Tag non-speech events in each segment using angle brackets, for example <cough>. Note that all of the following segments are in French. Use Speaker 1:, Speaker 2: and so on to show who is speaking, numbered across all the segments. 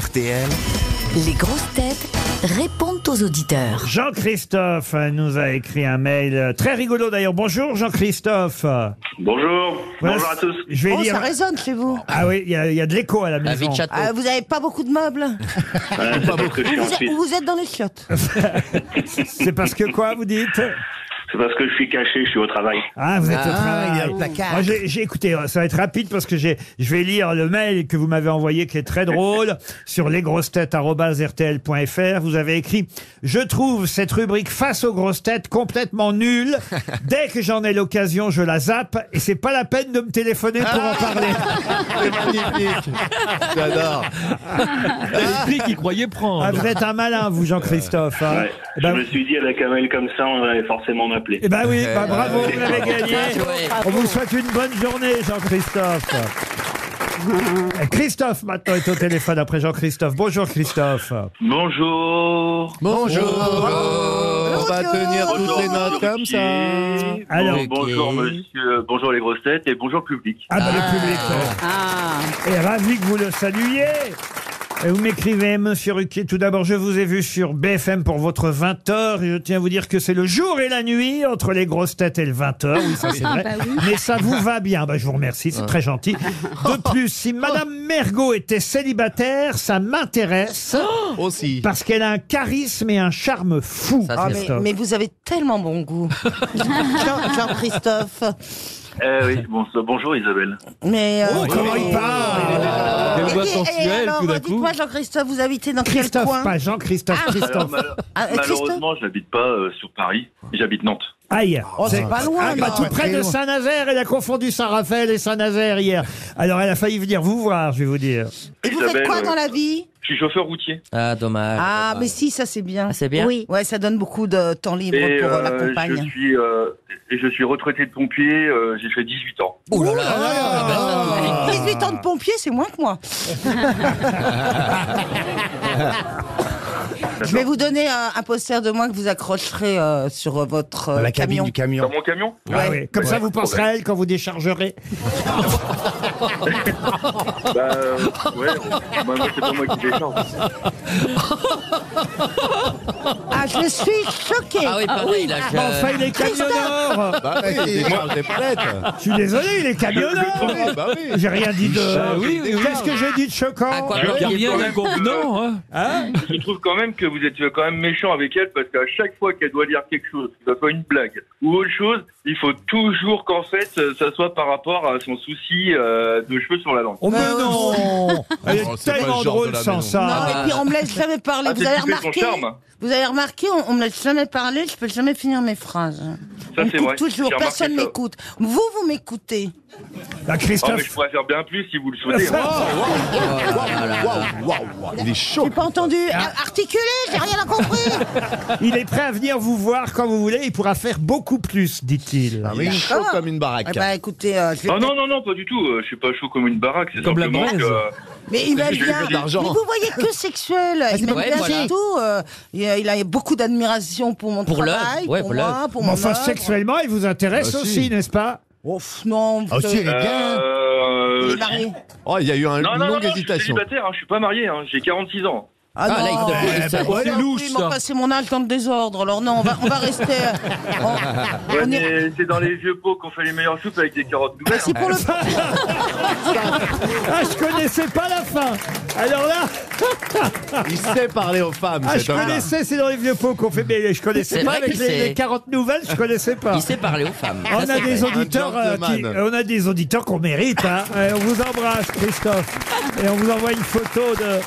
Speaker 1: RTL.
Speaker 2: Les grosses têtes répondent aux auditeurs.
Speaker 3: Jean-Christophe euh, nous a écrit un mail euh, très rigolo d'ailleurs. Bonjour Jean-Christophe. Voilà,
Speaker 4: Bonjour. Bonjour à tous.
Speaker 3: Je vais
Speaker 5: Oh,
Speaker 3: lire.
Speaker 5: ça résonne chez vous.
Speaker 3: Ah oui, il y, a- il y a de l'écho à la maison.
Speaker 5: Ah, vous n'avez pas beaucoup de meubles.
Speaker 4: Voilà, c'est parce que je suis en
Speaker 5: Vous, êtes-
Speaker 4: Suisse.
Speaker 5: vous êtes dans les
Speaker 3: Ah,
Speaker 5: chiottes.
Speaker 3: C'est parce que quoi vous dites
Speaker 4: C'est parce que je suis caché, je suis au travail.
Speaker 3: Ah, vous êtes au
Speaker 6: il y a
Speaker 3: travail.
Speaker 6: le placard.
Speaker 3: Moi, j'ai j'ai- écoutez, euh, ça va être rapide parce que j'ai je vais lire le mail que vous m'avez envoyé qui est très
Speaker 6: <laughs>
Speaker 3: drôle sur lesgrossetêtes@rtl.fr. Vous avez écrit "Je trouve cette rubrique face aux grosses têtes complètement nulle. Dès que j'en ai l'occasion, je la zappe et c'est pas la peine de me téléphoner
Speaker 6: Ah,
Speaker 3: pour en parler."
Speaker 6: C'est magnifique. J'adore.
Speaker 3: Ah, vous êtes un malin, vous, Jean-Christophe. hein.
Speaker 4: Ouais.
Speaker 3: Eh ben,
Speaker 4: je me suis dit, avec un mail comme ça, on allait forcément m'appeler.
Speaker 3: eh ben oui, bah, bravo, vous l'avez gagné. On vous souhaite une bonne journée, Jean-Christophe. Euh, Christophe, maintenant, est au téléphone après Jean-Christophe. Bonjour, Christophe.
Speaker 4: Bonjour.
Speaker 6: Bonjour. On va tenir toutes les notes comme ça.
Speaker 4: Bon,
Speaker 3: Alors,
Speaker 4: bonjour monsieur, bonjour les grosses têtes et bonjour public.
Speaker 3: Ah, bah, le public.
Speaker 5: Ah.
Speaker 3: euh, est ravi que vous le saluiez. Et vous m'écrivez, monsieur Ruquier, tout d'abord, je vous ai vu sur BFM pour votre 20h. Je tiens à vous dire que c'est le jour et la nuit entre les grosses têtes et le 20h. Oui, ça c'est
Speaker 5: Ah,
Speaker 3: vrai.
Speaker 5: bah
Speaker 3: Mais ça vous va bien. Bah, je vous remercie, c'est très
Speaker 5: <laughs>
Speaker 3: gentil. De plus, si madame Mergot était célibataire, ça m'intéresse
Speaker 5: Oh.
Speaker 6: Ah. Aussi.
Speaker 3: parce qu'elle a un charisme et un charme fou.
Speaker 5: Ah, mais,
Speaker 3: Christophe.
Speaker 5: mais vous avez tellement bon
Speaker 3: <laughs>
Speaker 5: goût. Jean- Jean-Christophe.
Speaker 4: Eh oui, bon- bonjour Isabelle.
Speaker 5: mais. euh,
Speaker 3: Oh, comment il parle
Speaker 5: et- et- et alors, dites-moi, Jean-Christophe, vous habitez dans quel
Speaker 3: Christophe,
Speaker 5: coin
Speaker 3: pas Jean-Christophe,
Speaker 4: Alors,
Speaker 3: Christophe.
Speaker 4: mal-
Speaker 5: Ah, euh,
Speaker 4: malheureusement, je n'habite pas euh, sur Paris, j'habite Nantes.
Speaker 3: Aïe.
Speaker 5: Oh, c'est pas loin,
Speaker 3: Ah, bah,
Speaker 5: alors.
Speaker 3: tout près de Saint-Nazaire. Elle a confondu Saint-Raphaël et Saint-Nazaire hier. Alors, elle a failli venir vous voir, je vais vous dire.
Speaker 5: Et vous faites
Speaker 4: Isabelle,
Speaker 5: quoi
Speaker 4: euh,
Speaker 5: dans la vie
Speaker 4: Je suis chauffeur routier.
Speaker 7: Ah, dommage.
Speaker 5: Ah,
Speaker 7: dommage.
Speaker 5: mais si, ça c'est bien.
Speaker 7: c'est bien.
Speaker 5: Oui. Ouais, ça donne beaucoup de temps libre
Speaker 4: Et,
Speaker 5: pour euh, la
Speaker 4: euh, je
Speaker 5: compagne.
Speaker 4: suis, euh, et je suis retraité de pompier, euh, j'ai fait 18 ans.
Speaker 7: Oh là là.
Speaker 3: Ah.
Speaker 5: 18 ans de pompier, c'est moins que moi. Je vais vous donner un, un poster de moi que vous accrocherez euh, sur euh, votre euh, camion.
Speaker 4: Dans
Speaker 6: camion.
Speaker 4: mon camion
Speaker 3: Ah
Speaker 5: Ouais.
Speaker 3: oui. Comme ça, vous penserez à elle quand vous déchargerez.
Speaker 4: Bah euh, ouais, <laughs> moi, moi, c'est pas moi qui décharge.
Speaker 5: Ah, je suis choquée.
Speaker 7: Ah oui, pareil, là,
Speaker 1: Euh,
Speaker 7: je-
Speaker 3: Enfin, il est camionneur.
Speaker 6: Bah oui, il mange des palettes.
Speaker 3: Je suis désolé, il est camionneur.
Speaker 6: Bah oui.
Speaker 3: J'ai rien dit
Speaker 8: Bah
Speaker 6: Ah,
Speaker 3: de.
Speaker 8: oui, oui, oui.
Speaker 3: Qu'est-ce que j'ai dit de
Speaker 7: À
Speaker 3: choquant
Speaker 7: Ah,
Speaker 3: Ah,
Speaker 7: quoi
Speaker 4: Je-
Speaker 7: bon
Speaker 8: Il
Speaker 7: dire
Speaker 8: y a
Speaker 4: quand
Speaker 8: rien
Speaker 4: même.
Speaker 8: d'inconvenant, hein.
Speaker 3: Hein
Speaker 4: Je trouve quand même que vous êtes quand même méchant avec elle parce qu'à chaque fois qu'elle doit dire quelque chose, que ce soit une blague ou autre chose, il faut toujours qu'en fait euh, ça soit par rapport à son souci euh, de cheveux sur la langue.
Speaker 3: Oh, mais
Speaker 5: Bah,
Speaker 3: non Elle
Speaker 6: Oh,
Speaker 3: est
Speaker 6: c'est pas le
Speaker 3: tellement
Speaker 6: genre de
Speaker 3: drôle
Speaker 6: la
Speaker 3: sans
Speaker 6: maison.
Speaker 5: Non,
Speaker 3: ça.
Speaker 5: et puis on me laisse jamais parler.
Speaker 4: Ah,
Speaker 5: vous
Speaker 4: c'est
Speaker 5: avez
Speaker 4: qui fait son
Speaker 5: remarqué
Speaker 4: charme. hein.
Speaker 5: Vous avez remarqué, on, on me laisse jamais parler. Je peux jamais finir mes phrases.
Speaker 4: Ça,
Speaker 5: on me
Speaker 4: c'est
Speaker 5: coupe
Speaker 4: vrai.
Speaker 5: toujours.
Speaker 4: J'ai remarqué
Speaker 5: Personne
Speaker 4: ça.
Speaker 5: m'écoute. Vous, vous m'écoutez.
Speaker 3: Bah,
Speaker 4: Ah mais je
Speaker 3: Christophe.
Speaker 4: pourrais faire bien plus si vous le souhaitez. hein.
Speaker 6: Waouh, waouh, waouh. Il est chaud.
Speaker 5: J'ai pas entendu.
Speaker 4: Ah.
Speaker 5: euh, Articulé, j'ai rien à compris.
Speaker 4: <laughs>
Speaker 3: Il est prêt à venir vous voir quand vous voulez. Il pourra faire beaucoup plus, dit-il.
Speaker 6: Ah oui, il est chaud Ah, bah, comme une
Speaker 5: Eh
Speaker 6: baraque.
Speaker 5: ben, écoutez, euh, je vais
Speaker 4: Ah non non non pas du tout. euh, Je suis pas chaud comme une baraque. C'est
Speaker 8: Comme la
Speaker 4: simplement
Speaker 8: braise.
Speaker 4: que, euh,
Speaker 5: Mais il m'a
Speaker 6: J'ai
Speaker 5: bien.
Speaker 6: eu de l'argent.
Speaker 5: Mais vous voyez que sexuel. Il m'a
Speaker 7: Ouais,
Speaker 5: bien
Speaker 7: voilà.
Speaker 5: et tout. euh, il a- il a beaucoup d'admiration pour mon
Speaker 7: Pour
Speaker 5: travail,
Speaker 7: l'œuvre, ouais,
Speaker 5: pour
Speaker 7: pour
Speaker 5: moi,
Speaker 7: l'œuvre.
Speaker 5: pour
Speaker 3: Mais
Speaker 5: mon
Speaker 3: Enfin,
Speaker 5: œuvre.
Speaker 3: sexuellement, il vous intéresse
Speaker 6: Bah, si.
Speaker 3: aussi, n'est-ce pas
Speaker 5: Ouf, non.
Speaker 6: Ah, si, elle est bien.
Speaker 5: il
Speaker 4: euh,
Speaker 5: est marié.
Speaker 6: Oh, il y a eu un-
Speaker 4: non
Speaker 6: une
Speaker 4: non non, non,
Speaker 6: longue
Speaker 4: je suis
Speaker 6: hésitation.
Speaker 4: célibataire. hein, Je suis pas marié. hein, J'ai 46 ans.
Speaker 5: Ah,
Speaker 7: Ah, là, il
Speaker 5: non.
Speaker 7: te-
Speaker 1: bah,
Speaker 7: il te-
Speaker 5: Ouais,
Speaker 8: c'est
Speaker 5: non,
Speaker 8: louche,
Speaker 5: ils m'ont
Speaker 8: ça.
Speaker 5: passé mon âge dans le désordre. Alors non, on va, on va rester. euh, on-
Speaker 4: Ouais,
Speaker 5: Ah, on est- Bah,
Speaker 4: mais c'est dans les vieux pots qu'on fait les meilleures soupes avec des carottes nouvelles. hein.
Speaker 5: C'est pour le.
Speaker 3: Ah, je connaissais pas la fin. Alors là,
Speaker 6: Il sait parler aux femmes,
Speaker 3: ah, je
Speaker 6: cet homme-là.
Speaker 3: connaissais, c'est dans les vieux pots qu'on fait, mais je connaissais
Speaker 7: C'est
Speaker 3: pas
Speaker 7: vrai
Speaker 3: avec
Speaker 7: qu'il
Speaker 3: les,
Speaker 7: sait.
Speaker 3: les 40 nouvelles, je connaissais pas.
Speaker 7: Il sait parler aux femmes.
Speaker 3: On
Speaker 7: Ça,
Speaker 3: a
Speaker 7: c'est
Speaker 3: des
Speaker 7: vrai.
Speaker 3: auditeurs, euh, qui-
Speaker 6: gentleman.
Speaker 3: on a des auditeurs qu'on mérite. hein. Euh, on vous embrasse, Christophe, et on vous envoie une photo de.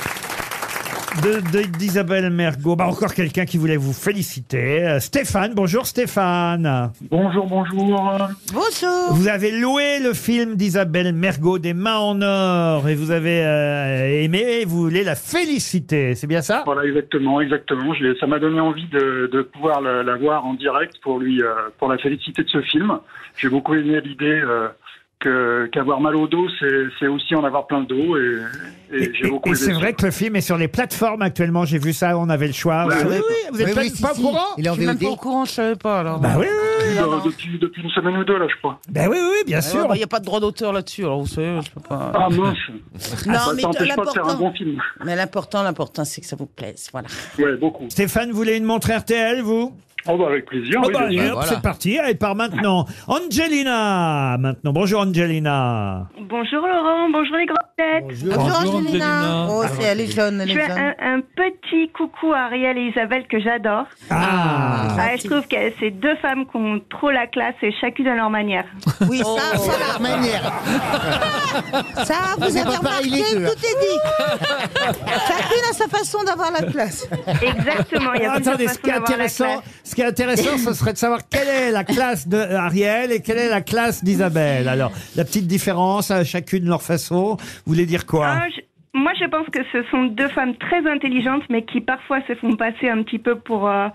Speaker 3: De, de- d'Isabelle Mergot. Bah, encore quelqu'un qui voulait vous féliciter. Euh, Stéphane, bonjour Stéphane.
Speaker 9: Bonjour, bonjour.
Speaker 5: Bonjour.
Speaker 3: Vous avez loué le film d'Isabelle Mergot, Des mains en or, et vous avez euh, aimé, et vous voulez la féliciter. C'est bien ça
Speaker 9: Voilà, exactement, exactement. Je l'ai- ça m'a donné envie de, de pouvoir la, la voir en direct pour lui, euh, pour la féliciter de ce film. J'ai beaucoup aimé l'idée euh, que- qu'avoir mal au dos, c'est c'est aussi en avoir plein le dos. Et, et j'ai beaucoup
Speaker 3: Et
Speaker 9: aimé
Speaker 3: c'est
Speaker 9: ça.
Speaker 3: vrai que le film est sur les plateformes actuellement. J'ai vu ça, on avait le choix.
Speaker 9: Ouais,
Speaker 3: Vous savez,
Speaker 9: ouais.
Speaker 3: vous êtes
Speaker 1: Oui,
Speaker 3: pas,
Speaker 1: oui, si,
Speaker 3: pas
Speaker 1: si.
Speaker 3: au courant
Speaker 1: Il est en
Speaker 5: Je suis même
Speaker 1: VOD.
Speaker 5: pas au courant, je savais pas alors.
Speaker 3: Bah oui, oui, oui,
Speaker 9: Euh, depuis, depuis une semaine ou deux, là, je crois.
Speaker 3: bah oui, oui, bien
Speaker 5: Ah ouais,
Speaker 3: sûr.
Speaker 5: bah, Il n'y a pas de droit d'auteur là-dessus, alors vous savez, je peux pas.
Speaker 9: Ah mince
Speaker 5: Non,
Speaker 9: Ça
Speaker 5: mais
Speaker 9: t'empêche pas de faire un
Speaker 5: l'important,
Speaker 9: bon film.
Speaker 5: mais l'important, l'important, c'est que ça vous plaise, voilà.
Speaker 9: Ouais, beaucoup.
Speaker 3: Stéphane, vous voulez une montre RTL, vous
Speaker 9: Oh, bah, avec plaisir.
Speaker 3: Oh
Speaker 9: oui,
Speaker 3: bah,
Speaker 9: bien sûr.
Speaker 3: allez, hop,
Speaker 7: voilà.
Speaker 3: C'est parti, elle part maintenant. Angelina, maintenant. Bonjour Angelina.
Speaker 8: Bonjour Laurent, bonjour les grosses têtes.
Speaker 5: Oh, c'est elle est jaune, elle
Speaker 8: Je
Speaker 5: est
Speaker 8: fais
Speaker 5: jaune.
Speaker 8: un, un petit coucou à Ariel et Isabelle que j'adore.
Speaker 3: Ah,
Speaker 8: Ah, je trouve que c'est deux femmes qui ont trop la classe et chacune à leur manière.
Speaker 5: Oui, ça,
Speaker 1: Ça, la manière.
Speaker 5: ça, ça, vous
Speaker 1: C'est
Speaker 5: avez
Speaker 1: pas pareil,
Speaker 5: remarqué,
Speaker 1: les deux,
Speaker 5: tout est dit. Chacune a sa façon d'avoir la classe.
Speaker 8: Exactement.
Speaker 3: Ah,
Speaker 8: Il y a plusieurs
Speaker 3: Attendez, ce
Speaker 8: façons
Speaker 3: qui est
Speaker 8: d'avoir la
Speaker 3: intéressant,
Speaker 8: classe.
Speaker 3: ce qui est intéressant, ce serait de savoir quelle est la classe de euh, Ariel et quelle est la classe d'Isabelle. Alors, la petite différence à chacune leur façon, vous voulez dire quoi
Speaker 8: Ah, je- moi, je pense que ce sont deux femmes très intelligentes, mais qui parfois se font passer un petit peu pour euh,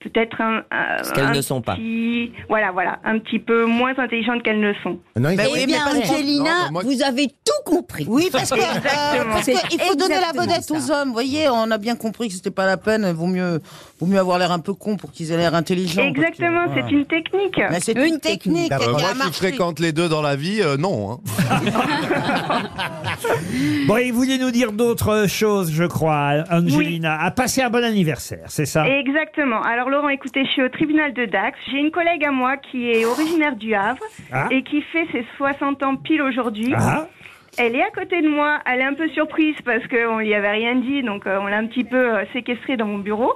Speaker 8: peut-être un. un-
Speaker 7: qu'elles
Speaker 8: un
Speaker 7: ne sont pas.
Speaker 8: petit- Voilà, voilà, un petit peu moins intelligentes qu'elles ne sont.
Speaker 6: Non, il
Speaker 5: Ben
Speaker 6: faut-
Speaker 5: oui,
Speaker 2: Eh
Speaker 5: mais
Speaker 2: bien,
Speaker 5: pas le-
Speaker 6: Non,
Speaker 2: Angelina,
Speaker 6: bah, moi-
Speaker 2: vous avez tout compris.
Speaker 5: Oui, parce que euh,
Speaker 8: Exactement.
Speaker 5: parce que il faut
Speaker 2: C'est
Speaker 5: donner la
Speaker 2: exactement
Speaker 5: vedette
Speaker 2: ça.
Speaker 5: aux hommes. Vous voyez, on a bien compris que c'était pas la peine. Vaut mieux, vaut mieux avoir l'air un peu con pour qu'ils aient l'air intelligents. parce que-
Speaker 8: Exactement,
Speaker 5: voilà.
Speaker 8: c'est une technique.
Speaker 5: Mais c'est une technique.
Speaker 6: Bah, bah,
Speaker 5: qui a
Speaker 6: moi, qui
Speaker 5: marché.
Speaker 6: fréquente les deux dans la vie, euh, non. hein.
Speaker 3: Bon, il voulait nous dire d'autres choses, je crois, Angelina. À passer un bon anniversaire, c'est ça
Speaker 8: Exactement. Alors Laurent, écoutez, je suis au tribunal de Dax. J'ai une collègue à moi qui est originaire du Havre
Speaker 3: Ah.
Speaker 8: et qui fait ses 60 ans pile aujourd'hui.
Speaker 3: Ah,
Speaker 8: Elle est à côté de moi. Elle est un peu surprise parce qu'on lui avait rien dit, donc euh, on l'a un petit peu euh, séquestrée dans mon bureau.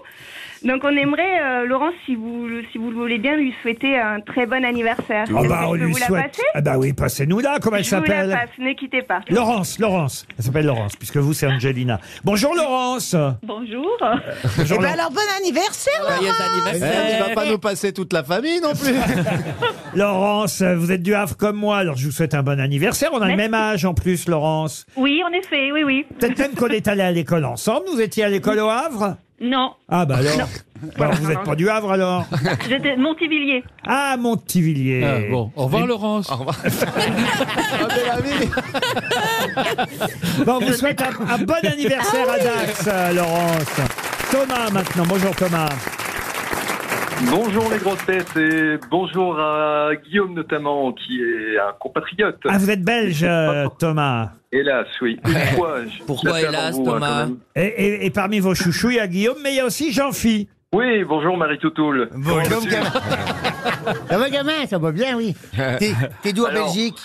Speaker 8: Donc on aimerait, euh, Laurent, si vous, si vous le voulez bien, lui souhaiter un très bon anniversaire.
Speaker 3: Ah
Speaker 8: Est-ce
Speaker 3: bah,
Speaker 8: que je
Speaker 3: on
Speaker 8: peux
Speaker 3: lui
Speaker 8: vous la
Speaker 3: souhaite.
Speaker 8: passer
Speaker 3: Ah bah oui, passez-nous là, comment elle
Speaker 8: Je vous la
Speaker 3: s'appelle
Speaker 8: passe, ne quittez pas.
Speaker 3: Laurence, Laurence. Elle s'appelle Laurence, puisque vous, c'est Angelina. Bonjour, Laurence.
Speaker 8: Eh Bonjour.
Speaker 3: Bonjour,
Speaker 5: Eh ben
Speaker 3: Laurence.
Speaker 5: alors, bon anniversaire, là.
Speaker 7: Joyeux
Speaker 6: Il
Speaker 7: anniversaire.
Speaker 6: va pas nous passer toute la famille non plus.
Speaker 3: Laurence, vous êtes du Havre comme moi, alors je vous souhaite un bon anniversaire. On a le
Speaker 8: Merci.
Speaker 3: même âge en plus, Laurence.
Speaker 8: Oui, en effet, oui, oui.
Speaker 3: Peut-être même qu'on est allé à l'école ensemble. Vous étiez à l'école au Havre
Speaker 8: Non,
Speaker 3: Ah bah alors. Bah,
Speaker 8: Voilà,
Speaker 3: vous
Speaker 8: non,
Speaker 3: n'êtes
Speaker 8: non.
Speaker 3: pas du Havre alors
Speaker 8: j'étais Montivillier.
Speaker 3: Ah, Montivillier.
Speaker 1: Euh, Bon, au revoir, Laurence.
Speaker 6: Ah, mais la vie.
Speaker 3: Bon, on vous souhaite un, un bon anniversaire à Dax, euh, Laurence. Thomas maintenant. Bonjour Thomas.
Speaker 4: Bonjour les grosses têtes et bonjour à Guillaume notamment qui est un compatriote.
Speaker 3: Ah, vous êtes belge, euh, Thomas.
Speaker 4: Hélas, oui. Une fois, je-
Speaker 7: Pourquoi
Speaker 4: j'appelle
Speaker 7: hélas,
Speaker 4: avant vous, hein,
Speaker 7: Thomas
Speaker 4: quand même.
Speaker 3: Et, et- et parmi vos chouchous, il y a Guillaume, mais il y a aussi Jean-Phi.
Speaker 4: Oui, bonjour Marie Toutoul.
Speaker 6: Comme
Speaker 4: Comment vas-tu
Speaker 6: gamin.
Speaker 1: Ça va, gamin Ça va bien, oui.
Speaker 6: T'es-
Speaker 1: T'es d'où en
Speaker 4: Alors,
Speaker 1: Belgique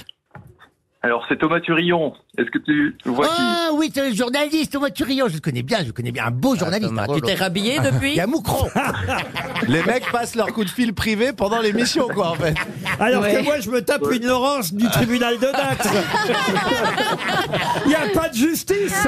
Speaker 4: Alors c'est Thomas Turillon. Est-ce que tu vois qui
Speaker 1: Ah oui, c'est le journaliste, Thomas Turillon. Je le connais bien, je le connais bien. Un beau journaliste.
Speaker 7: Ah, Thomas,
Speaker 1: un
Speaker 7: tu t'es rhabillé
Speaker 1: Il
Speaker 7: depuis
Speaker 1: y a Moucron.
Speaker 6: Les mecs passent leur coup de fil privé pendant l'émission, quoi, en fait.
Speaker 3: Alors que moi, je me tape une Laurence du tribunal de Dax. Il n'y a pas de justice.